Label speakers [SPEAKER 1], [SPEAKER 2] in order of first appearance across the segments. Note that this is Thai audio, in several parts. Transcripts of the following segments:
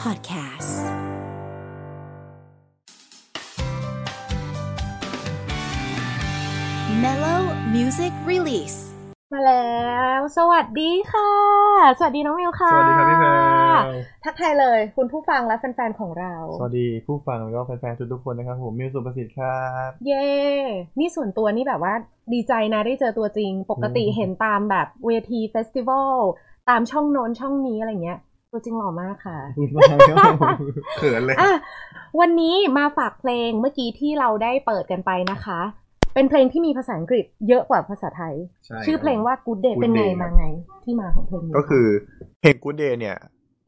[SPEAKER 1] Podcast Mellow Music Release
[SPEAKER 2] มาแล้ว สวัสดีค่ะ สวัสดีน้องมิวค่ะ
[SPEAKER 3] สวัสดีครับพี่เพล
[SPEAKER 2] ทักทายเลยคุณผู้ฟังและแฟนๆของเรา
[SPEAKER 3] สวัสดีผู้ฟังแล้วก็แฟนๆทุกๆคนนะครับผมมิวสุประสิทธิ์ครับ
[SPEAKER 2] เย้นี่ส่วนตัวนี่แบบว่าดีใจนะได้เจอตัวจริง ปกติ
[SPEAKER 3] อืม
[SPEAKER 2] เห็นตามแบบเวทีเฟสติวัลตามช่องโน้นช่องนี้อะไรเงี้ย ตัวจริงหล่อมาก ค่ะ
[SPEAKER 3] เขินเลย
[SPEAKER 2] อ่ะวันนี้มาฝากเพลงเมื่อกี้ที่เราได้เปิดกันไปนะคะ เป็นเพลงที่มีภาษาอังกฤษเยอะกว่าภาษาไทย
[SPEAKER 3] ใช่
[SPEAKER 2] ชื่อเพลงว่า Good Day
[SPEAKER 3] Good
[SPEAKER 2] เป็นไง
[SPEAKER 3] Day
[SPEAKER 2] มาไงที่มาของเพลงนี้
[SPEAKER 3] ก็คือเพลง Good Day เนี่ย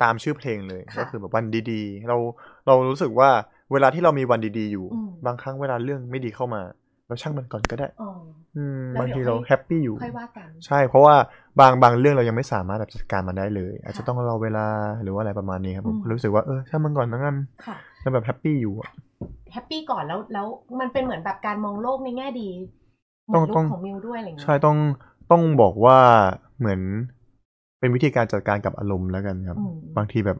[SPEAKER 3] ตามชื่อเพลงเลย
[SPEAKER 2] ค่ะ
[SPEAKER 3] ก็คือแบบวันดีๆ เราเรารู้สึกว่าเวลาที่เรามีวันดีๆอยู่
[SPEAKER 2] อืม
[SPEAKER 3] บางครั้งเวลาเรื่องไม่ดีเข้ามา เราช่างมันก่อนก็ได้
[SPEAKER 2] อ๋อ
[SPEAKER 3] อืม
[SPEAKER 2] แล้ว
[SPEAKER 3] บาง
[SPEAKER 2] เดี๋ยว
[SPEAKER 3] ทีเรา
[SPEAKER 2] ค่อย
[SPEAKER 3] แฮปปี้อยู่
[SPEAKER 2] ค่อยว่ากัน
[SPEAKER 3] ใช่ เพราะว่าบางบางเรื่องเรายังไม่สามารถแบบจัดการมันได้เลย อาจจะต้องรอเวลาหรือว่าอะไรประมาณนี้ครับผม
[SPEAKER 2] อืม
[SPEAKER 3] รู้สึกว่าเออช่างมันก่อนนะงั้น
[SPEAKER 2] ค่ะ
[SPEAKER 3] เราแบบแฮปปี้อยู่อะ
[SPEAKER 2] แฮปปี้ก่อนแล้วแล้วมันเป็นเหมือนแบบการมองโลกในแง่ดีเหมือ
[SPEAKER 3] ต้อง
[SPEAKER 2] นลู
[SPEAKER 3] ต้อก ง
[SPEAKER 2] ของมิวด้วยอะไรเงี้ย
[SPEAKER 3] ใช่ต้องต้องบอกว่าเหมือนเป็นวิธีการจัดการกับอารมณ์แล้วกันครับ
[SPEAKER 2] อืม
[SPEAKER 3] บางทีแบบ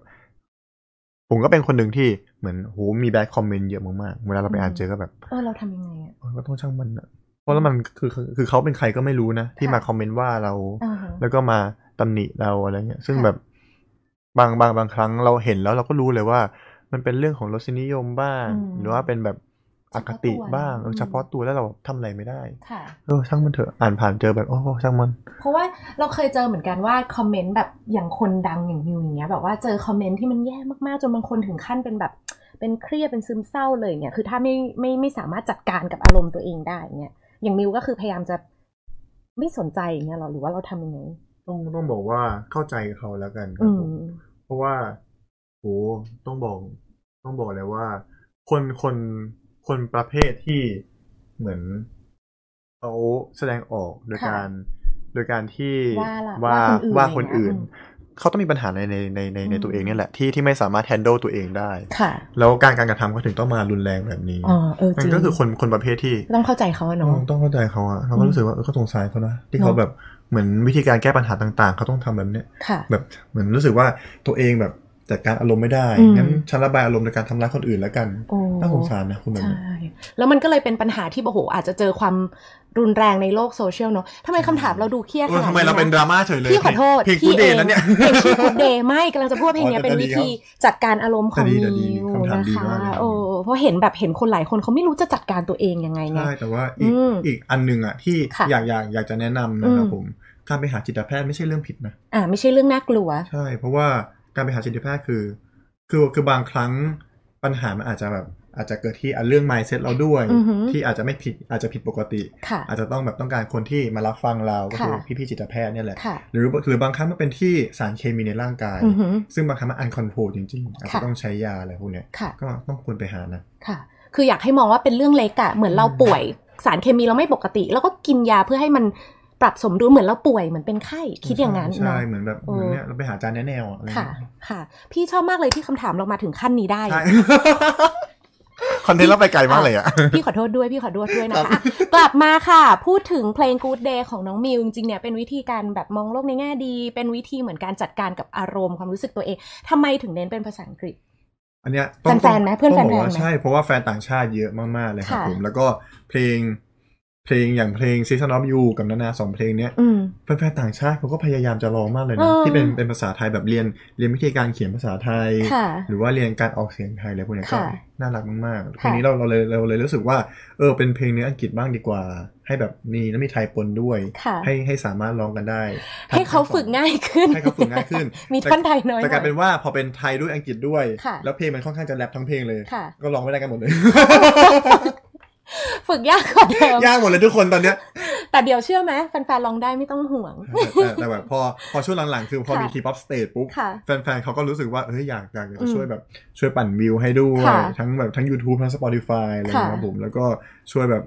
[SPEAKER 3] ผมก็เป็นคนหนึ่งที่เหมือนโหมีแบดคอมเมนต์เยอะมากๆเวลาเราไป
[SPEAKER 2] อืม
[SPEAKER 3] อ่านเจอก็แบบ
[SPEAKER 2] เออเราทำยังไงอ่ะ
[SPEAKER 3] เออก็ต้องช่างมันอะเพราะแล้วมันคือคือคือเขาเป็นใครก็ไม่รู้นะ ที่
[SPEAKER 2] ค่ะ
[SPEAKER 3] มาคอมเมนต์ว่าเรา
[SPEAKER 2] อ่าฮะ
[SPEAKER 3] แล้วก็มาตำหนิเราอะไรเงี้ย ซึ่ง
[SPEAKER 2] ค่ะ
[SPEAKER 3] แบบบางบางบางครั้งเราเห็นแล้วเราก็รู้เลยว่า มันเป็นเรื่องของรสนิยมบ้าง
[SPEAKER 2] อืม
[SPEAKER 3] หรือว่าเป็นแบบอคติบ้างเออ
[SPEAKER 2] เฉ
[SPEAKER 3] เฉ
[SPEAKER 2] พาะ
[SPEAKER 3] พาะ
[SPEAKER 2] ตั
[SPEAKER 3] ตัว วแล้วเราทำอะไรไม่ได้
[SPEAKER 2] ค่ะ
[SPEAKER 3] เออช่างมันเถอะอ่านผ่านเจอแบบโอ้โหช่างมัน
[SPEAKER 2] เพราะว่าเราเคยเจอเหมือนกันว่าคอมเมนต์แบบอย่างคนดังอย่างมิวอย่างเงี้ยแบบว่าเจอคอมเมนต์ที่มันแย่มากๆ จนบางคนถึงขั้นเป็นแบบ เป็นเครียดเป็นซึมเศร้าเลยเนี่ยคือถ้าไม่ไม่ไม่สามารถจัดการกับอารมณ์ตัวเองได้เนี่ยอย่างมิวก็คือพยายามจะไม่สนใจอย่างเงี้ยหรอหรือว่าเราทำยังไง
[SPEAKER 3] ต้องต้องบอกว่าเข้าใจเขาแล้วกันครั
[SPEAKER 2] อื
[SPEAKER 3] บ
[SPEAKER 2] ม
[SPEAKER 3] ผมเพราะว่าโหต้องบอก ต้องบอกเลยว่า คนคนคนประเภทที่เหมือนเขาแสดงออกโดยการ โดยการที่
[SPEAKER 2] ว่าละ
[SPEAKER 3] ว่าว่าคน
[SPEAKER 2] ย่างเงี้ย
[SPEAKER 3] อื่น
[SPEAKER 2] ม
[SPEAKER 3] เขาต้องมีปัญหาในในในในใน
[SPEAKER 2] อืม
[SPEAKER 3] ตัวเองเนี่ยแหละที่ที่ไม่สามารถ handle ตัวเองได้
[SPEAKER 2] ค่ะ
[SPEAKER 3] แล้วการการกระทำเขาถึงต้องมารุนแรงแบบนี้
[SPEAKER 2] อ๋อเออจ
[SPEAKER 3] มั
[SPEAKER 2] ริ
[SPEAKER 3] น
[SPEAKER 2] ง
[SPEAKER 3] ก็คือคนคนประเภทที่
[SPEAKER 2] ต้องเข้าใจเขาอะ
[SPEAKER 3] ต้อ
[SPEAKER 2] เนาะ
[SPEAKER 3] งต้องเข้าใจเขาอะเรา
[SPEAKER 2] อื
[SPEAKER 3] ก็
[SPEAKER 2] ม
[SPEAKER 3] รู้สึกว่าเออเขาสงสารเขานะ
[SPEAKER 2] เน
[SPEAKER 3] ที่
[SPEAKER 2] อะ
[SPEAKER 3] เขาแบบเหมือนวิธีการแก้ปัญหาต่างๆ เขาต้องทำแบบเนี้ย
[SPEAKER 2] ค่ะ
[SPEAKER 3] แบบเหมือนรู้สึกว่าตัวเองแบบจัดการอารมณ์ไม่ได้
[SPEAKER 2] อืม
[SPEAKER 3] งั้นฉันระบายอารมณ์โดยการทำร้ายคนอื่นแล้วกัน
[SPEAKER 2] โอ้
[SPEAKER 3] น่าสงสารนะคุณแบบ
[SPEAKER 2] ใช่
[SPEAKER 3] นี้
[SPEAKER 2] แล้วมันก็เลยเป็นปัญหาที่โอ้โหอาจจะเจอความรุนแรงในโลกโซเชียลเนาะทำไม
[SPEAKER 3] ใช่
[SPEAKER 2] คำถามเราดูเครียดข
[SPEAKER 3] เอ
[SPEAKER 2] นาด
[SPEAKER 3] อ
[SPEAKER 2] นี้
[SPEAKER 3] ทำไมเราเป็นด
[SPEAKER 2] นะ
[SPEAKER 3] ราม่าเฉยเลย
[SPEAKER 2] พี่ขอโทษ
[SPEAKER 3] เพลงกู
[SPEAKER 2] พี่
[SPEAKER 3] เดย์แล้วเนี่ย
[SPEAKER 2] เพลงชื่อ Good Day ไม่กำลังจะพูดว่าเพลงเนี้ย
[SPEAKER 3] อ๋อแต่
[SPEAKER 2] เป็น
[SPEAKER 3] ดี
[SPEAKER 2] วิ
[SPEAKER 3] ครับ
[SPEAKER 2] ธีจัดการอารมณ์ของ
[SPEAKER 3] แต่ดีแต่
[SPEAKER 2] นิ
[SPEAKER 3] ดี
[SPEAKER 2] ว
[SPEAKER 3] คำถาม
[SPEAKER 2] นะ
[SPEAKER 3] ดี
[SPEAKER 2] คะ
[SPEAKER 3] มากเลย
[SPEAKER 2] โอ้เพราะเห็นแบบเห็นคนหลายคนเขาไม่รู้จะจัดการตัวเองยังไงไง
[SPEAKER 3] ใช่แต่ว่าอีก
[SPEAKER 2] อืม
[SPEAKER 3] อีกอันหนึ่งอะที่
[SPEAKER 2] ค่ะ
[SPEAKER 3] อยากอยากอยากจะแนะนำนะครับ
[SPEAKER 2] อืม
[SPEAKER 3] ผมการไปหาจิตแพทย์ไม่ใช่เรื่องผิดนะ
[SPEAKER 2] อ่าไม่ใช่เรื่องน่ากลัว
[SPEAKER 3] ใช่ เพราะว่าการไปหาจิตแพทย์คือ คือคือบางครั้งปัญหามันอาจจะแบบอาจจะเกิดที่อ่ะเรื่อง mindset เราด้วย
[SPEAKER 2] อือหือ
[SPEAKER 3] ที่อาจจะไม่ผิดอาจจะผิดปกติ
[SPEAKER 2] ค่ะ
[SPEAKER 3] อาจจะต้องแบบต้องการคนที่มารับฟังเราก็คือ
[SPEAKER 2] ค่ะ
[SPEAKER 3] พี่ๆจิตแพทย์เนี่ยแหละ
[SPEAKER 2] ค่ะ
[SPEAKER 3] หรือหรือบางครั้งมันเป็นที่สารเคมีในร่างกาย
[SPEAKER 2] อือหือ
[SPEAKER 3] ซึ่งบางครั้งมันอันคอนโทรลจริงๆอาจจะ
[SPEAKER 2] ค่ะ
[SPEAKER 3] ต้องใช้ยาอะไรพวกเนี้ย
[SPEAKER 2] ค่ะ
[SPEAKER 3] ก็ต้องควรไปหานะ
[SPEAKER 2] ค่ะ คืออยากให้มองว่าเป็นเรื่องเล็กอะเหมือนเราป่วยสารเคมีเราไม่ปกติ แล้วก็กินยาเพื่อให้มันปรับสมดุลเหมือนเราป่วยเหมือนเป็นไข้คิดอย่างนั้น
[SPEAKER 3] ใช่
[SPEAKER 2] เนาะ
[SPEAKER 3] เหมือนแบบ
[SPEAKER 2] เออ
[SPEAKER 3] เหมือนเนี่ยเราไปหาอาจารย์แนะแนวอะไร
[SPEAKER 2] ค่ะ
[SPEAKER 3] เงี้ย
[SPEAKER 2] ค่ะ พี่ชอบมากเลยที่คำถามเรามาถึงขั้นนี้ได้
[SPEAKER 3] ใช่ คอนเทนต์เราไปไกลมากเลยอะ
[SPEAKER 2] พี่ขอโทษด้วยพี่ขอโทษด้วยนะ
[SPEAKER 3] ครั
[SPEAKER 2] คะ
[SPEAKER 3] บ
[SPEAKER 2] อ่ะกลับมาค่ะพูดถึงเพลง Good Day ของน้องมิวจริงๆเนี่ยเป็นวิธีการแบบมองโลกในแง่ดี เป็นวิธีเหมือนการจัดการกับอารมณ์ความรู้สึกตัวเองทำไมถึงเน้นเป็นภาษาอังกฤษ
[SPEAKER 3] อันเนี้ยต้อง
[SPEAKER 2] แฟนๆไหมเพื่อน
[SPEAKER 3] ต้องบ
[SPEAKER 2] แฟนๆ
[SPEAKER 3] กว่า
[SPEAKER 2] ไหม
[SPEAKER 3] ใช่ เพราะว่าแฟนต่างชาติเยอะมาก ๆ เลยครับ
[SPEAKER 2] ค่ะ
[SPEAKER 3] ผม แล้วก็เพลง เพลงอย่างเพลง Season of You กับนานาสองเพลงเนี้ย
[SPEAKER 2] อืม
[SPEAKER 3] แฟนๆต่างชาติเขาก็พยายามจะร้องมากเลย
[SPEAKER 2] เอ
[SPEAKER 3] นะ
[SPEAKER 2] อ
[SPEAKER 3] ที่เป็นเป็นภาษาไทยแบบเรียนเรียนวิธีการเขียนภาษาไทย
[SPEAKER 2] ค่ะ
[SPEAKER 3] หรือว่าเรียนการออกเสียงไทยอะไรพวกเนี้ยก็
[SPEAKER 2] ค่ะ
[SPEAKER 3] น่ารักมากๆเพลงนี้เราเราเลยเราเลยรู้สึกว่าเออเป็นเพลงเนื้ออังกฤษบ้างดีกว่า ให้แบบมีแล้วมีไทยปนด้วย
[SPEAKER 2] ค่ะ
[SPEAKER 3] ให้ให้สามารถร้องกันได้
[SPEAKER 2] ให้เขาฝึกง่ายขึ้น
[SPEAKER 3] ให้เขาฝึกง่ายขึ้น
[SPEAKER 2] มีท่อนไทยน้อยห
[SPEAKER 3] แต่
[SPEAKER 2] น่
[SPEAKER 3] ก
[SPEAKER 2] อ
[SPEAKER 3] ลาย
[SPEAKER 2] ย
[SPEAKER 3] เป็นว่าพอเป็นไทยด้วยอังกฤษด้วย
[SPEAKER 2] ค่ะ
[SPEAKER 3] แล้วเพลงมันค่อนข้างจะแรปทั้งเพลงเลย
[SPEAKER 2] ค่ะ
[SPEAKER 3] ก็ร้องไม่ได้กันหมดเลย
[SPEAKER 2] ฝึกยากกว่าเดิม
[SPEAKER 3] ยากหมดเลยทุกคนตอนเนี้ย
[SPEAKER 2] แต่เดี๋ยวเชื่อไหมแฟนๆลองได้ไม่ต้องห่วง
[SPEAKER 3] แต่แต่แต่แบบพอพอช่วงหลังๆ คือพอมี
[SPEAKER 2] ค่ะ
[SPEAKER 3] ทีป๊อปสเตจปุ๊บ
[SPEAKER 2] ค่ะ
[SPEAKER 3] แฟนๆเขาก็รู้สึกว่าเอ้ยอยากอยากอยาก
[SPEAKER 2] อื
[SPEAKER 3] จะ
[SPEAKER 2] ม
[SPEAKER 3] ช่วยแบบช่วยปั่นวิวให้ด้วย
[SPEAKER 2] ค่ะ
[SPEAKER 3] ทั้งแบบทั้ง YouTube ทั้ง Spotify อะไรอย่าง
[SPEAKER 2] ค่ะ
[SPEAKER 3] เงี้ยครับผมแล้วก็ช่วยแบบ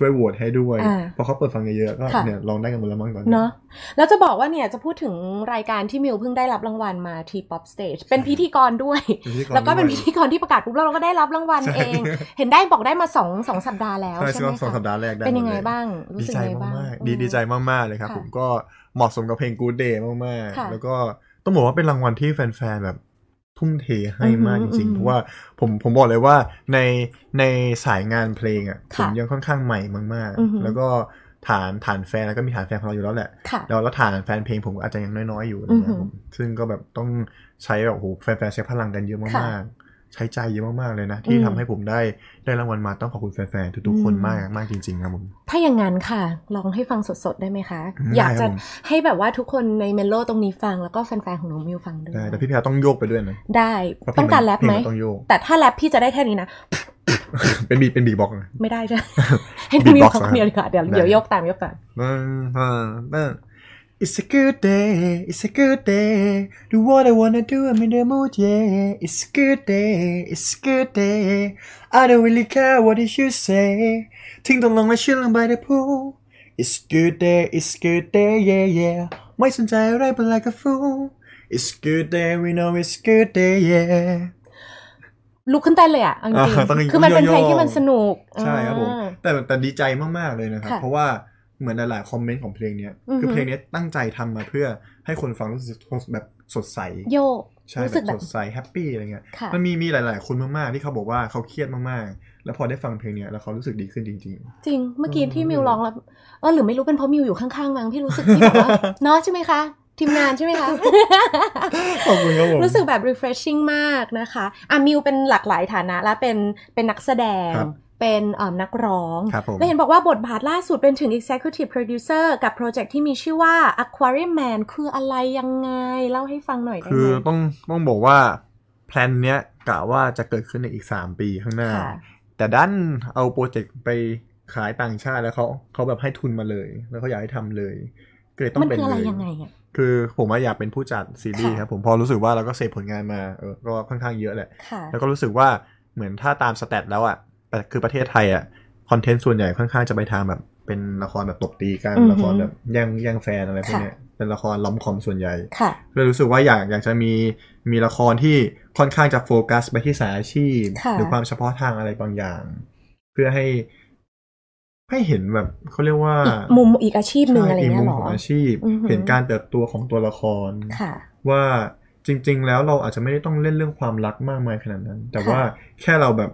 [SPEAKER 3] ช่วยโหวตให้ด้วย
[SPEAKER 2] อ่า
[SPEAKER 3] พอเขาเปิดฟังเยอะๆก็
[SPEAKER 2] ค่ะ
[SPEAKER 3] เนี่ยร้องได้กันหมดแล้วมั้งตอนนี้
[SPEAKER 2] เนาะแล้วจะบอกว่าเนี่ยจะพูดถึงรายการที่มิวเพิ่งได้รับรางวัลมา T-POP Stage เป็นพิธีกรด้วย
[SPEAKER 3] เป็นพิธีร
[SPEAKER 2] แล้วก็เป็น
[SPEAKER 3] ด้
[SPEAKER 2] พิ
[SPEAKER 3] ย
[SPEAKER 2] ธีกรที่ประกาศปุ๊บแล้วเราก็ได้รับรางวัล
[SPEAKER 3] ใช่
[SPEAKER 2] เอง เห็นได้บอกได้มาสองสองสัปดาห์แล้ว
[SPEAKER 3] ใช่
[SPEAKER 2] ใช่
[SPEAKER 3] ซึ่ง
[SPEAKER 2] ไหม
[SPEAKER 3] สองสัป
[SPEAKER 2] คะ
[SPEAKER 3] ดาห์แรกได้
[SPEAKER 2] เป็น
[SPEAKER 3] หมด
[SPEAKER 2] ยังไง
[SPEAKER 3] ล
[SPEAKER 2] บ้างรู้
[SPEAKER 3] ดี
[SPEAKER 2] สึก
[SPEAKER 3] ใจ
[SPEAKER 2] ยังไงบ้าง
[SPEAKER 3] มาก
[SPEAKER 2] อืม
[SPEAKER 3] ๆดีดีใจมากๆเลยครับ
[SPEAKER 2] ค่ะ
[SPEAKER 3] ผมก็เหมาะสมกับเพลง Good Day มาก
[SPEAKER 2] ค่ะ
[SPEAKER 3] ๆ แล้วก็ต้องบอกว่าเป็นรางวัลที่แฟนๆแบบ ทุ่มเทให้มาก
[SPEAKER 2] อืม
[SPEAKER 3] จริง
[SPEAKER 2] อื
[SPEAKER 3] ๆ
[SPEAKER 2] ม
[SPEAKER 3] เพราะว่าผมผมบอกเลยว่าในในสายงานเพลงอ่ะผ
[SPEAKER 2] ค่ะ
[SPEAKER 3] มยังค่อนข้างใหม่มาก
[SPEAKER 2] อือฮึ
[SPEAKER 3] ๆ แล้วก็ฐานฐานแฟนแล้วก็มีฐานแฟนของเราอยู่แล้วแหละ
[SPEAKER 2] ค่ะ
[SPEAKER 3] แล้วแล้วฐานแฟนเพลงผมก็อาจจะยังน้อยๆอยู่นะ
[SPEAKER 2] อือ
[SPEAKER 3] ค
[SPEAKER 2] ฮึ
[SPEAKER 3] รับผมซึ่งก็แบบต้องใช้แบบโอ้โหแฟนๆใช้พลังกันเยอะมา
[SPEAKER 2] ค่ะ
[SPEAKER 3] กๆ ใช้ใจเยอะมากๆเลยนะ ที่
[SPEAKER 2] อืม
[SPEAKER 3] ทำให้ผมได้ได้รางวัลมาต้องขอบคุณแฟนๆทุกๆคน
[SPEAKER 2] อืม
[SPEAKER 3] มากมากจริงๆครับผม
[SPEAKER 2] ถ้าอย่างนั้นค่ะ ลองให้ฟังสดๆ ได้ไหมคะ
[SPEAKER 3] ได้
[SPEAKER 2] อยาก
[SPEAKER 3] ครั
[SPEAKER 2] จะ
[SPEAKER 3] บผม
[SPEAKER 2] ให้แบบว่าทุกคนในเมโลตรงนี้ฟังแล้วก็แฟนๆ ของน้องมิวฟังด้วย
[SPEAKER 3] ได้แต่พี่แพรต้องโยกไปด้วยนะ
[SPEAKER 2] ได้
[SPEAKER 3] เพะเพล
[SPEAKER 2] ต้องการแรป
[SPEAKER 3] เพล
[SPEAKER 2] ไหม
[SPEAKER 3] นต้องโยก
[SPEAKER 2] แต่ถ้าแรปพี่จะได้แค่นี้นะ
[SPEAKER 3] เป็นบีเป็นบีบ็อกซ์นะ
[SPEAKER 2] ไม่ได้ ใช่ไหมให้น้องมิว
[SPEAKER 3] Beatbox
[SPEAKER 2] ฟังคนเดียวดีกว่าเดี๋ยว
[SPEAKER 3] ได้
[SPEAKER 2] เดี๋ยวยกตามยกตาม
[SPEAKER 3] It's a good day, it's a good day. Do what I wanna do, I'm in the mood, yeah. It's a good day, it's a good day. I don't really care what did you say. Ting the long, I chill by the pool. It's a good day, it's a good day, yeah, yeah. My son's I rap like a fool. It's a good day, we know it's a good day, yeah.
[SPEAKER 2] ลุกขึ้นเต้นเลยอ่ะเอาจริง
[SPEAKER 3] อ่าต้อง
[SPEAKER 2] ๆคือมันเป็นเพลงที่มัน
[SPEAKER 3] โยโย่
[SPEAKER 2] สนุก
[SPEAKER 3] ใช่ครับผม
[SPEAKER 2] อ่า
[SPEAKER 3] แต่แต่ดีใจมาก ๆ เลยนะครับ
[SPEAKER 2] ค่ะ
[SPEAKER 3] เพราะว่าเหมือนหลายๆคอมเมนต์ของเพลงเนี้ย
[SPEAKER 2] อือฮึ
[SPEAKER 3] คือเพลงเนี้ยตั้งใจทำมาเพื่อให้คนฟังรู้สึกแบบสดใส
[SPEAKER 2] โยก
[SPEAKER 3] ใช่
[SPEAKER 2] รู้สึก
[SPEAKER 3] แบ
[SPEAKER 2] แบบ บ
[SPEAKER 3] สดใสแฮปปี้อะไรเงี้ย
[SPEAKER 2] ค่ะ
[SPEAKER 3] มันมีมีหลาย ๆ คนมาก ๆ ที่เขาบอกว่าเขาเครียดมาก ๆ แล้วพอได้ฟังเพลงเนี้ยแล้วเขารู้สึกดีขึ้นจริง
[SPEAKER 2] จริง เมื่อกี้
[SPEAKER 3] อืม
[SPEAKER 2] ที่มิวร้องแล้ว เออหรือไม่รู้เป็นเพราะมิวอยู่ข้างๆมั้งพี่รู้สึกที่แบบว่า เนาะใช่ไหมคะ ทีมงานใช่ไหมคะ
[SPEAKER 3] ๆ ขอบคุณ ครับผม
[SPEAKER 2] รู้สึกแบบ refreshing มากนะคะอ่ะมิวเป็นหลากหลายฐานะและเป็นเป็นนักแสดง
[SPEAKER 3] ครับ
[SPEAKER 2] เป็นเอ่อนักร้อง
[SPEAKER 3] ครับผม
[SPEAKER 2] แล้วเห็นบอกว่าบทบาทล่าสุดเป็นถึง executive producer กับโปรเจกต์ที่มีชื่อว่า aquarium man คืออะไรยังไง เล่าให้ฟังหน่อยได้
[SPEAKER 3] คือ
[SPEAKER 2] ไหม
[SPEAKER 3] ต้องต้องบอกว่าแพลนเนี้ยกะว่าจะเกิดขึ้นในอีก 3 ปีข้างหน้า
[SPEAKER 2] ค่ะ
[SPEAKER 3] แต่ดันเอาโปรเจกต์ไปขายต่างชาติแล้วเขาเขาแบบให้ทุนมาเลย แล้วเขาอยากให้ทำเลยก็เลยต้อง
[SPEAKER 2] มัน
[SPEAKER 3] เป็น
[SPEAKER 2] คืออะไร
[SPEAKER 3] เลย
[SPEAKER 2] ยังไงอ่ะ
[SPEAKER 3] คือผมว่าอยากเป็นผู้จัดซีรีส์
[SPEAKER 2] ค่ะ
[SPEAKER 3] ครับผมพอรู้สึกว่าเราก็เสพผลงานมาเออก็ค่อนข้างเยอะแหละ
[SPEAKER 2] ค่ะ
[SPEAKER 3] แล้วก็รู้สึกว่าเหมือนถ้าตามสแตทแล้วอะ่ะคือประเทศไทยอะ่ะคอนเทนต์ส่วนใหญ่ค่อนข้างจะไปทางแบบเป็นละครแบบตบตีกัน
[SPEAKER 2] อือฮึ
[SPEAKER 3] ละครแบบแย่งแย่งแฟนอะไรพวกเนี้ย
[SPEAKER 2] ค่ะ
[SPEAKER 3] เป็นละครล้อมคอมส่วนใหญ่
[SPEAKER 2] ค่ะ
[SPEAKER 3] เลยรู้สึกว่าอยากอยากจะมีมีละครที่ค่อนข้างจะโฟกัสไปที่สายอาชีพ
[SPEAKER 2] ค่ะ
[SPEAKER 3] หรือความเฉพาะทางอะไรบางอย่าง เพื่อให้ ให้เห็นแบบเขาเรียกว่า
[SPEAKER 2] อีกมุมอีกอาชีพหนึ่งอะไร
[SPEAKER 3] ใช่ก
[SPEAKER 2] เงี้
[SPEAKER 3] มุ
[SPEAKER 2] ย
[SPEAKER 3] ม
[SPEAKER 2] เหรอ
[SPEAKER 3] ของอาชีพ
[SPEAKER 2] อือหือ
[SPEAKER 3] เห็นการเติบโตของตัวละคร
[SPEAKER 2] ค่ะ
[SPEAKER 3] ว่าจริง ๆ แล้วเราอาจจะไม่ได้ต้องเล่นเรื่องความรักมากมายขนาดนั้น แต่
[SPEAKER 2] ค่ะ
[SPEAKER 3] ว่าแค่เราแบบ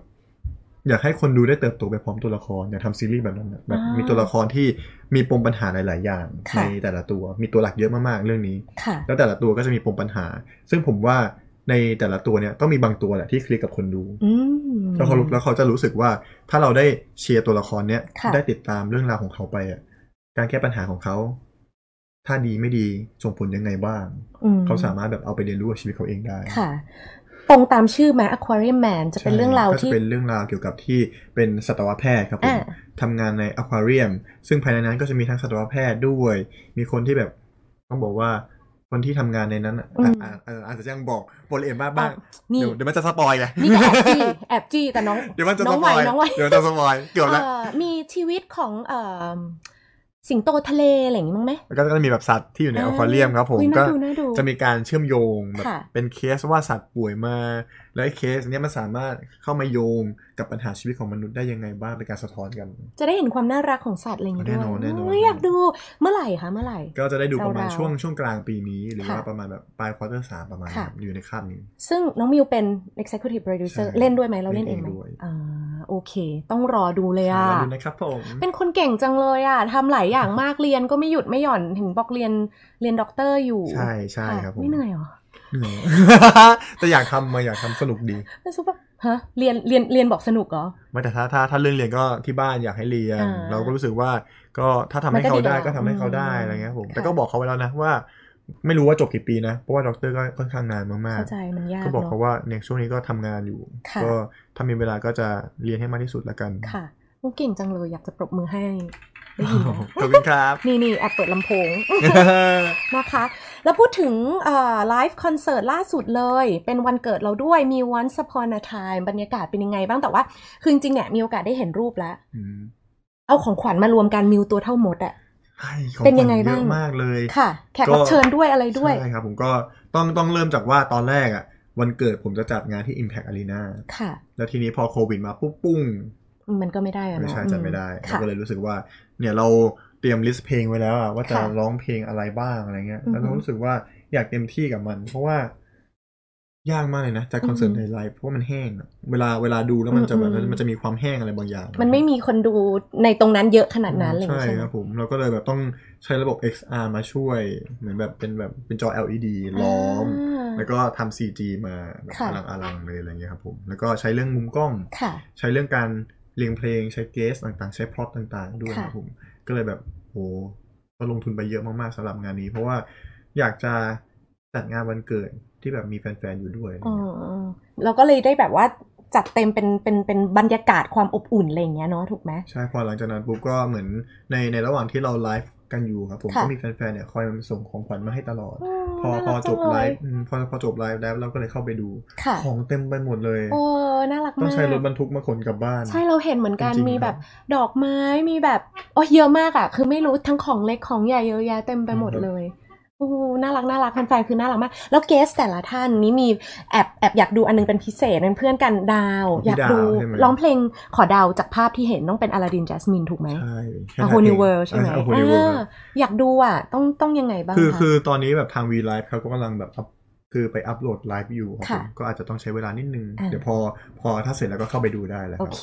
[SPEAKER 3] อยากให้คนดูได้เติบโตไปพร้อมตัวละครอยากทำซีรีส์แบบนั้นน่ะแบบ
[SPEAKER 2] อ่ามี
[SPEAKER 3] มีตัวละครที่มีปมปัญหาหลาย ๆ อย่าง
[SPEAKER 2] ค่ะ
[SPEAKER 3] ในแต่ละตัวมีตัวหลักเยอะมากๆเรื่องนี้
[SPEAKER 2] ค่ะ
[SPEAKER 3] แล้วแต่ละตัวก็จะมีปมปัญหา ซึ่งผมว่าในแต่ละตัวเนี่ยต้องมีบางตัวแหละที่คลิกกับคนดู
[SPEAKER 2] อืม
[SPEAKER 3] แล้วเขาแล้วเขาจะรู้สึกว่าถ้าเราได้เชียร์ตัวละครเนี่ย
[SPEAKER 2] ค่ะ
[SPEAKER 3] ได้ติดตามเรื่องราวของเขาไปอ่ะการแก้ปัญหาของเขา ถ้าดีไม่ดีส่งผลยังไงบ้าง
[SPEAKER 2] อืม
[SPEAKER 3] เขาสามารถแบบเอาไปเรียนรู้กับชีวิตเขาเองได้
[SPEAKER 2] ค่ะ ตรงตามชื่อไหม Aquarium Man จะเป็น
[SPEAKER 3] ใช่
[SPEAKER 2] เรื่องราว
[SPEAKER 3] ก็จะ
[SPEAKER 2] ที่
[SPEAKER 3] เป็นเรื่องราวเกี่ยวกับที่เป็นสัตวแพทย์ครับผม
[SPEAKER 2] อ่า
[SPEAKER 3] ทำงานในอควาเรียม ซึ่งภายในนั้นก็จะมีทั้งสัตวแพทย์ด้วย มีคนที่แบบต้องบอกว่าคนที่ทำงานในนั้นอะอ่ะอ่ะเอออาจจะยังบอกบทละเอียดมากบ้าง
[SPEAKER 2] นี่
[SPEAKER 3] เดี๋ยวเดี๋ยวมันจะสปอยไง
[SPEAKER 2] นี่ก็แอบจี้ แอบจี้ แต่น้อง
[SPEAKER 3] เดี๋ยวมันจะ
[SPEAKER 2] น้
[SPEAKER 3] ส
[SPEAKER 2] อง
[SPEAKER 3] ป
[SPEAKER 2] ไว
[SPEAKER 3] อย
[SPEAKER 2] น้องไว
[SPEAKER 3] เดี๋ยวมันจะสปอยเกือบแล้ว
[SPEAKER 2] เอ่อมีชีวิตของเอ่อสิงโตทะเลอะไรอย่างงี้มั้งไหม
[SPEAKER 3] แล้วก็จะมีแบบสัตว์ที่อยู่ในอควาเรียมครับผม
[SPEAKER 2] อุ๊ย
[SPEAKER 3] ก็
[SPEAKER 2] น่าดูน่าดู
[SPEAKER 3] จะมีการเชื่อมโยงแบบ
[SPEAKER 2] ค่ะ
[SPEAKER 3] เป็นเคสว่าสัตว์ป่วยมา แล้วไอ้เคสเนี้ยมันสามารถเข้ามาโยงกับปัญหาชีวิตของมนุษย์ได้ยังไงบ้างเป็นการสะท้อนกัน
[SPEAKER 2] จะได้เห็นความน่ารักของสัตว์อะไรอย่างงี้ด้วย
[SPEAKER 3] แน่นอนแน่นอน
[SPEAKER 2] เยอยากดูเมื่อไหร่คะเมื่อไหร่
[SPEAKER 3] ก็จะได้ดูประมาณ
[SPEAKER 2] ราวๆ
[SPEAKER 3] ช่วงช่วงกลางปีนี้ หรือว่า
[SPEAKER 2] ค่ะ
[SPEAKER 3] ประมาณแบบปลายควอเตอร์สามประมาณ
[SPEAKER 2] ค่ะ
[SPEAKER 3] นั้นอยู่ในคาบนี้
[SPEAKER 2] ซึ่งน้องมิวเป็น Executive Producer
[SPEAKER 3] ใช่
[SPEAKER 2] เล่นด้วยไหมเราเล่นเองไหม
[SPEAKER 3] เล่นเองด้วย
[SPEAKER 2] อ่าโอเค ต้องรอดูเลยอ่ะ
[SPEAKER 3] มาดูนะครับผม
[SPEAKER 2] เป็นคนเก่งจังเลยอ่ะทำหลายอย่างมากเรียนก็ไม่หยุดไม่หย่อนถึงบอกเรียนเรียนด็อกเตอร์อยู่
[SPEAKER 3] ใช่ใช่
[SPEAKER 2] ะ
[SPEAKER 3] ครับผม
[SPEAKER 2] ไม่เหนื่อยเหรอ
[SPEAKER 3] เหนื่อย แต่อยากทำมาอยากทำสนุกดี
[SPEAKER 2] แล้วซุปแบบฮะเรียนเรียนเรียนบอกสนุกเหรอ
[SPEAKER 3] ไม่แต่ถ้าถ้าถ้าเรื่องเรียนก็ที่บ้านอยากให้เรียน
[SPEAKER 2] อ่า
[SPEAKER 3] เราก็รู้สึกว่าก็ถ้าทำให้
[SPEAKER 2] มันก็
[SPEAKER 3] เขา
[SPEAKER 2] ดี
[SPEAKER 3] ได้
[SPEAKER 2] แล้ว
[SPEAKER 3] ก็ทำให้เขาได้
[SPEAKER 2] อืม
[SPEAKER 3] อะไรเงี้ยครับผม
[SPEAKER 2] ค่ะ
[SPEAKER 3] แต่ก็บอกเขาไว้แล้วนะว่า ไม่รู้ว่าจบกี่ปีนะเพราะว่าด็อกเตอร์ก็ค่อนข้างนานมาก
[SPEAKER 2] เข้า
[SPEAKER 3] ๆ
[SPEAKER 2] ใจมันยาก
[SPEAKER 3] ก็บอก
[SPEAKER 2] เนาะ
[SPEAKER 3] เขาว่าเนี่ยช่วงนี้ก็ทำงานอยู่
[SPEAKER 2] ค่ะ
[SPEAKER 3] ก็ถ้ามีเวลาก็จะเรียนให้มากที่สุดละกัน
[SPEAKER 2] ค่ะโอ้เก่งจังเลยอยากจะปรบมือให้ได้ ยินไหม
[SPEAKER 3] ขอบคุณครับ
[SPEAKER 2] นี่นี่แอบเปิดลำโพง นะคะ แล้วพูดถึงไลฟ์คอนเสิร์ตล่าสุดเลย เป็นวันเกิดเราด้วยมี Once Upon a Time บรรยากาศเป็นยังไงบ้างแต่ว่าคือจริงๆเนี่ยมีโอกาสได้เห็นรูปแล้ว
[SPEAKER 3] อืม
[SPEAKER 2] เอาของขวัญมารวมกันมิวตัวเท่ามดอะ
[SPEAKER 3] ให้ของ
[SPEAKER 2] เป็นยังไง
[SPEAKER 3] ขวัญเยอะ
[SPEAKER 2] บ้าง
[SPEAKER 3] มากเลย
[SPEAKER 2] ค่ะ แขก
[SPEAKER 3] ก็
[SPEAKER 2] รับเชิญด้วยอะไรด้วย
[SPEAKER 3] ใช่ครับผมก็ต้องต้องเริ่มจากว่าตอนแรกอ่ะ วันเกิดผมจะจัดงานที่ Impact Arena
[SPEAKER 2] ค่ะ
[SPEAKER 3] แล้วทีนี้พอโควิดมาปุ๊บปุ้ง
[SPEAKER 2] มันก็ไม่ได้อะ
[SPEAKER 3] ไม่
[SPEAKER 2] เนาะ
[SPEAKER 3] ใช่จัดไม่ได้
[SPEAKER 2] อื
[SPEAKER 3] เรา
[SPEAKER 2] ค่ะ
[SPEAKER 3] ก็เลยรู้สึกว่า เนี่ยเราเตรียมลิสต์เพลงไว้แล้วอะว่าจะ
[SPEAKER 2] ค่ะ
[SPEAKER 3] ร้องเพลงอะไรบ้างอะไรเงี้ย แล้ว
[SPEAKER 2] อือฮึ
[SPEAKER 3] เรารู้สึกว่าอยากเต็มที่กับมัน เพราะว่า ยากมากเลยนะจากคอนเสิร์ต
[SPEAKER 2] อืม
[SPEAKER 3] ในไลฟ์เพราะว่ามันแห้งอะเวลาเวลาดูแล้วมันจะแบบ
[SPEAKER 2] อืมอืม
[SPEAKER 3] มันจะมีความแห้งอะไรบางอย่าง
[SPEAKER 2] มันไม่มีคนดูในตรงนั้นเยอะขนาดนั้นอะไรอย่าง
[SPEAKER 3] ใช่
[SPEAKER 2] เลยใช่ไหม
[SPEAKER 3] ครับผมเราก็เลยแบบต้องใช้ระบบ XR มาช่วย เหมือนแบบเป็นแบบเป็นจอ LED ล้อม
[SPEAKER 2] อ่า
[SPEAKER 3] แล้วก็ทำ CG มาแบบ
[SPEAKER 2] ค่ะ
[SPEAKER 3] อลังอลังๆเลยอะไรเงี้ยครับผมแล้วก็ใช้เรื่องมุมกล้อง
[SPEAKER 2] ค่ะ
[SPEAKER 3] ใช้เรื่องการเรียงเพลงใช้เกสต่างๆ ใช้พร็อพต่างๆ ด้วย
[SPEAKER 2] ค่ะ
[SPEAKER 3] ครับผม ก็เลยแบบโหก็ลงทุนไปเยอะมากๆสำหรับงานนี้ เพราะว่าอยากจะจัดงานวันเกิดที่แบบมีแฟนๆ อยู่ด้วยอะไร
[SPEAKER 2] อ๋อ
[SPEAKER 3] เงี้ย
[SPEAKER 2] เราก็เลยได้แบบว่าจัดเต็มเป็นเป็นเป็นบรรยากาศความอบอุ่นอะไรอย่างเงี้ยเนาะถูกไหม
[SPEAKER 3] ใช่พอหลังจากนั้นปุ๊บก็เหมือนในในระหว่างที่เราไลฟ์กันอยู่ครับผม
[SPEAKER 2] ค่ะ
[SPEAKER 3] ก็มีแฟนๆ เนี่ยคอยมาส่งของขวัญมาให้ตลอด
[SPEAKER 2] ม
[SPEAKER 3] พอ
[SPEAKER 2] น่า
[SPEAKER 3] พอ
[SPEAKER 2] รัก
[SPEAKER 3] จบ
[SPEAKER 2] ง
[SPEAKER 3] ไล
[SPEAKER 2] เลย
[SPEAKER 3] ฟ์อืมพอพอจบไลฟ์แล้วเราก็เลยเข้าไปดู
[SPEAKER 2] ค่ะ
[SPEAKER 3] ของเต็มไปหมดเลย
[SPEAKER 2] โอ้น่ารัก
[SPEAKER 3] ต้อ
[SPEAKER 2] มาง ก
[SPEAKER 3] ใช้รถบรรทุกมาขนกลับบ้าน
[SPEAKER 2] ใช่เราเห็นเหมือนกัน
[SPEAKER 3] จริงๆ
[SPEAKER 2] มีแบบ
[SPEAKER 3] ครั
[SPEAKER 2] ดอกไม้มีแบบโอ้ยเยอะมากอะคือไม่รู้ทั้งของเล็กของใหญ่เยอะแยะเต็มไปหมด
[SPEAKER 3] อืมครับ
[SPEAKER 2] เลยโอ้โหน่ารักน่ารักแฟนๆคือน่ารักมากแล้วเกสแต่ละท่านนี้มีแอบแอบอยากดูอันนึงเป็นพิเศษเป็นเพื่อนกันดาว
[SPEAKER 3] ของพี่
[SPEAKER 2] อยาก
[SPEAKER 3] ดาว
[SPEAKER 2] ดู
[SPEAKER 3] ใช่ไหม
[SPEAKER 2] ร้องเพลงขอดาวจากภาพที่เห็นต้องเป็นอลาดินจัสมินถูกไหม
[SPEAKER 3] ใช่แค่
[SPEAKER 2] อะ
[SPEAKER 3] นั้น
[SPEAKER 2] โฮนิ
[SPEAKER 3] อง
[SPEAKER 2] เวิลใช่ไหม
[SPEAKER 3] อ่ะ A Whole New World ครับ
[SPEAKER 2] อ่าอยากดูอ่ะ ต้องต้องยังไงบ้าง
[SPEAKER 3] คือ
[SPEAKER 2] คะ
[SPEAKER 3] คือตอนนี้แบบทาง V Live เขาก็กำลังแบบ up คือไปอัพโหลดไลฟ์อยู่ครับ
[SPEAKER 2] ค่ะ
[SPEAKER 3] ผมก็อาจจะต้องใช้เวลานิดนึง
[SPEAKER 2] อ่า
[SPEAKER 3] เดี๋ยวพอพอถ้าเสร็จแล้วก็เข้าไปดูได้แล้วค
[SPEAKER 2] โอ
[SPEAKER 3] รับ
[SPEAKER 2] เค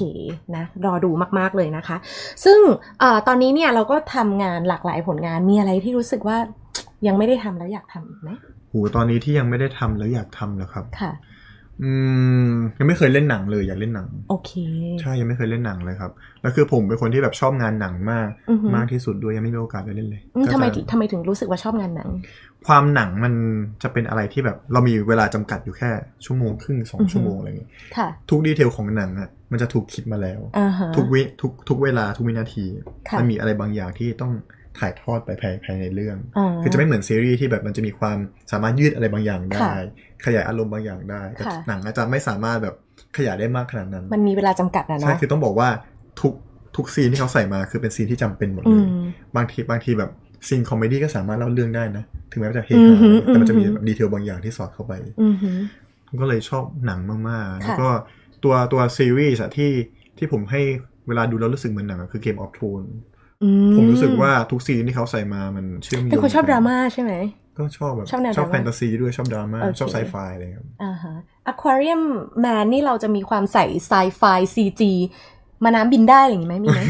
[SPEAKER 2] นะ รอดูมาก ๆ เลยนะคะ ซึ่งเอ่อตอนนี้เนี่ยเราก็ทำงานหลากหลายผลงานมีอะไรที่รู้สึกว่า ยังไม่ได้ทำแล้วอยากทำอีกไหม
[SPEAKER 3] โหูตอนนี้ที่ยังไม่ได้ทำแล้วอยากทำเหรอครับ
[SPEAKER 2] ค่ะ
[SPEAKER 3] อืมยังไม่เคยเล่นหนังเลยอยากเล่นหนัง
[SPEAKER 2] โอเค
[SPEAKER 3] ใช่ยังไม่เคยเล่นหนังเลยครับแล้วคือผมเป็นคนที่แบบชอบงานหนังมาก
[SPEAKER 2] อือหือ
[SPEAKER 3] มากที่สุดด้วยยังไม่มีโอกาสได้เล่นเลย
[SPEAKER 2] อืม
[SPEAKER 3] ก็
[SPEAKER 2] ทำไมถึ
[SPEAKER 3] จะ
[SPEAKER 2] งทำไมถึงรู้สึกว่าชอบงานหนัง
[SPEAKER 3] ความหนังมันจะเป็นอะไรที่แบบเรามีเวลาจำกัดอยู่แค่ชั่วโมงครึ่งสอง
[SPEAKER 2] อือหือ
[SPEAKER 3] ชั่วโมงอะไรอย่างเงี้ย
[SPEAKER 2] ค่ะ
[SPEAKER 3] ทุกดีเทลของหนังอ่ะมันจะถูกคิดมาแล้ว
[SPEAKER 2] อ่าฮะ
[SPEAKER 3] ทุกวิทุกทุกเวลาทุกวินาที
[SPEAKER 2] ค่ะ
[SPEAKER 3] มันมีอะไรบางอย่างที่ต้องถ่ายทอดไปภายภายในเรื่อง
[SPEAKER 2] อ๋อ
[SPEAKER 3] คือจะไม่เหมือนซีรีส์ที่แบบมันจะมีความสามารถยืดอะไรบางอย่างได้
[SPEAKER 2] ค่ะ
[SPEAKER 3] ขยายอารมณ์บางอย่างได้แต่
[SPEAKER 2] ค่ะ
[SPEAKER 3] หนังอาจจะไม่สามารถแบบขยายได้มากขนาดนั้น
[SPEAKER 2] มันมีเวลาจำกัดนะ
[SPEAKER 3] ใช่
[SPEAKER 2] เนาะ
[SPEAKER 3] คือต้องบอกว่าทุกทุกซีนที่เขาใส่มาคือเป็นซีนที่จำเป็นหมดเล
[SPEAKER 2] อื
[SPEAKER 3] ย
[SPEAKER 2] ม
[SPEAKER 3] บางทีบางทีแบบซีนคอมเมดี้ก็สามารถเล่าเรื่องได้นะถึงแม้ว่าจะเฮ
[SPEAKER 2] อือ
[SPEAKER 3] ฮา
[SPEAKER 2] หือ
[SPEAKER 3] แต่มันจะมี
[SPEAKER 2] อือหือ
[SPEAKER 3] แบบดีเทลบางอย่างที่สอดเข้าไป
[SPEAKER 2] อือหือ
[SPEAKER 3] ผมก็เลยชอบหนังมากๆ
[SPEAKER 2] ค่ะ
[SPEAKER 3] แล้วก็ตัวตัวซีรีส์อะที่ที่ผมให้เวลาดูแล้วรู้สึกเหมือนหนังอะคือ Game of Thrones
[SPEAKER 2] อื
[SPEAKER 3] ผมรู้สึกว่าทุกซีนที่เขาใส่มามันเชื่อมโยง
[SPEAKER 2] เป็นคนชอบ
[SPEAKER 3] กั
[SPEAKER 2] ดราม่าใช่ไหม
[SPEAKER 3] ก็ชอบแบบ
[SPEAKER 2] ชอบแนว
[SPEAKER 3] ชอ
[SPEAKER 2] ดรา
[SPEAKER 3] บ
[SPEAKER 2] ม่า
[SPEAKER 3] แฟนตาซีด้วยชอบดราม่า
[SPEAKER 2] โอเค
[SPEAKER 3] ชอบไซไฟอะไรครับ
[SPEAKER 2] อ่าฮะ Aquarium Man นี่เราจะมีความใส่ไซไฟ CG มาน้ำบินได้อะไรอย่างงี้ไหมมีไหม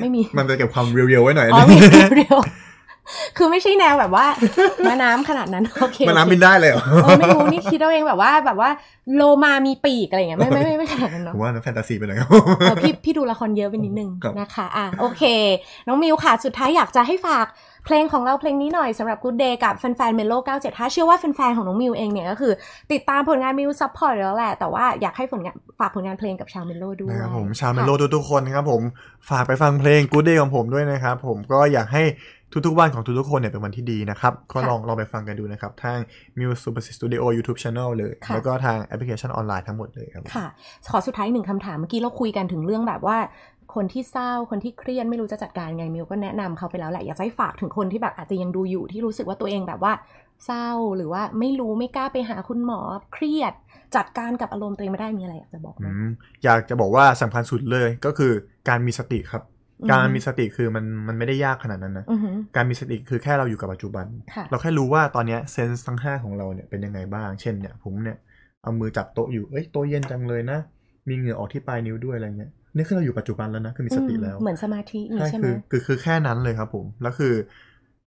[SPEAKER 2] ไม่ มี
[SPEAKER 3] มันจะเก็บความเรียวๆไว้หน่อย
[SPEAKER 2] อ๋อ
[SPEAKER 3] นะ
[SPEAKER 2] มีเดียวคือไม่ใช่แนวแบบว่า มาน้ำขนาดนั้น โอเค
[SPEAKER 3] มันน้ำบินได้เลยเหรอ
[SPEAKER 2] โอเคเออไม่รู้นี่คิดเอาเองแบบว่าแบบว่าโลมามีปีกอะไรอย่างเงี้ยไม่ไม่ไม่ไม่ขนาดนั้น
[SPEAKER 3] ผ
[SPEAKER 2] เนาะ
[SPEAKER 3] มว่านั้นแฟนตาซีไปหน่อยครับ
[SPEAKER 2] เออพี่พี่ดูละครเยอะไปนิดนึง
[SPEAKER 3] ครับ
[SPEAKER 2] นะคะ อ่ะโอเค น้องมิวค่ะ สุดท้ายอยากจะให้ฝากเพลงของเราเพลงนี้หน่อยสำหรับ Good Day กับแฟนๆเมโล975 เชื่อว่าแฟนๆของน้องมิวเองเนี่ยก็คือ ติดตามผลงานมิวซัพพอร์ตแล้วแหละ แต่ว่าอยากให้ผลงานฝากผลงานเพลงกับชาวเมโลด้วย
[SPEAKER 3] นะครับผมชาวเมโลทุกๆคนนะครับผมฝากไปฟังเพลง Good Day ของผมด้วยนะครับผมก็อยากให้ทุกๆวันของทุกๆคนเนี่ยเป็นวันที่ดีนะครับก็
[SPEAKER 2] ค่ะ
[SPEAKER 3] ลองลองไปฟังกันดูนะครับ ทาง Muse Super Studio YouTube Channel เลย
[SPEAKER 2] ค่ะ
[SPEAKER 3] แล้วก็ทางแอปพลิเคชันออนไลน์ทั้งหมดเลยครับ
[SPEAKER 2] ค่ะ ขอสุดท้ายหนึ่งคำถาม เมื่อกี้เราคุยกันถึงเรื่องแบบว่า คนที่เศร้า คนที่เครียดไม่รู้จะจัดการไงมิวก็แนะนำเขาไปแล้วแหละ อยากจะให้ฝากถึงคนที่แบบอาจจะยังดูอยู่ที่รู้สึกว่าตัวเองแบบว่า เศร้าหรือว่าไม่รู้ไม่กล้าไปหาคุณหมอเครียด จัดการกับอารมณ์ตัวเองไม่ได้มีอะไรอยากจะบอกไหม
[SPEAKER 3] อืมอยากจะบอกว่าสำคัญสุดเลยก็คือการมีสติครับ
[SPEAKER 2] อืม
[SPEAKER 3] การมีสติคือมันมันไม่ได้ยากขนาดนั้นนะ
[SPEAKER 2] อือหือ
[SPEAKER 3] การมีสติคือแค่เราอยู่กับปัจจุบัน
[SPEAKER 2] ค่ะ
[SPEAKER 3] เราแค่รู้ว่าตอนเนี้ยเซนส์ทั้งห้าของเราเนี่ยเป็นยังไงบ้าง เช่นเนี่ยผมเนี่ยเอามือจับโต๊ะอยู่เอ้ยโต๊ะเย็นจังเลยนะ มีเหงื่อออกที่ปลายนิ้วด้วยอะไรเงี้ยนี่คือเราอยู่ปัจจุบันแล้วนะคือมีสติแล้ว
[SPEAKER 2] อืมเหมือนสมาธินี่
[SPEAKER 3] ใช่
[SPEAKER 2] ใช่ไหม
[SPEAKER 3] คือคือคือแค่นั้นเลยครับผมแล้วคือ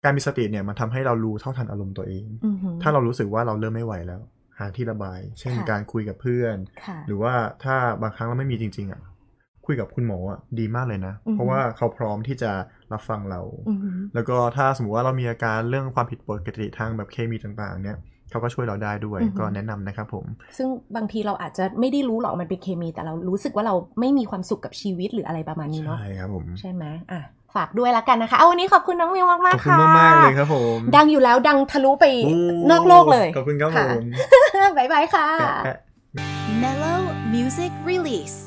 [SPEAKER 3] การมีสติเนี่ยมันทำให้เรารู้เท่าทันอารมณ์ตัวเอง
[SPEAKER 2] อือหือ
[SPEAKER 3] ถ้าเรารู้สึกว่าเราเริ่มไม่ไหวแล้ว หาที่ระบาย เช่น
[SPEAKER 2] ค่ะ
[SPEAKER 3] การคุยกับเพื่อน
[SPEAKER 2] ค่ะ
[SPEAKER 3] หรือว่าถ้าบางครั้งเราไม่มีจริง ๆอ่ะคุยกับคุณหมออ่ะดีมากเลยนะ
[SPEAKER 2] อือฮึ
[SPEAKER 3] เพราะว่าเขาพร้อมที่จะรับฟังเรา
[SPEAKER 2] อือหือ
[SPEAKER 3] แล้วก็ถ้าสมมติว่าเรามีอาการเรื่องความผิดปกติทางแบบเคมีต่างๆ เนี่ยเขาก็ช่วยเราได้ด้วย
[SPEAKER 2] อือฮึ
[SPEAKER 3] ก็แนะนำนะครับผม
[SPEAKER 2] ซึ่งบางทีเราอาจจะไม่ได้รู้หรอกมันเป็นเคมี แต่เรารู้สึกว่าเราไม่มีความสุขกับชีวิตหรืออะไรประมาณนี้เนาะ
[SPEAKER 3] ใช่ครับผม
[SPEAKER 2] ใช่ไหมอ่ะ ฝากด้วยละกันนะคะ เอาวันนี้ขอบคุณน้องมิวมาก
[SPEAKER 3] ข
[SPEAKER 2] มาก
[SPEAKER 3] อบคุณ
[SPEAKER 2] ค่ะ
[SPEAKER 3] มากๆเลยครับผม
[SPEAKER 2] ดังอยู่แล้วดังทะลุไป
[SPEAKER 3] โ
[SPEAKER 2] นอกโลกเลย
[SPEAKER 3] ขอบคุณครับผม
[SPEAKER 2] ค่ะ บ๊ายบายค่ะ
[SPEAKER 3] แปะ
[SPEAKER 1] Mellow Music Release.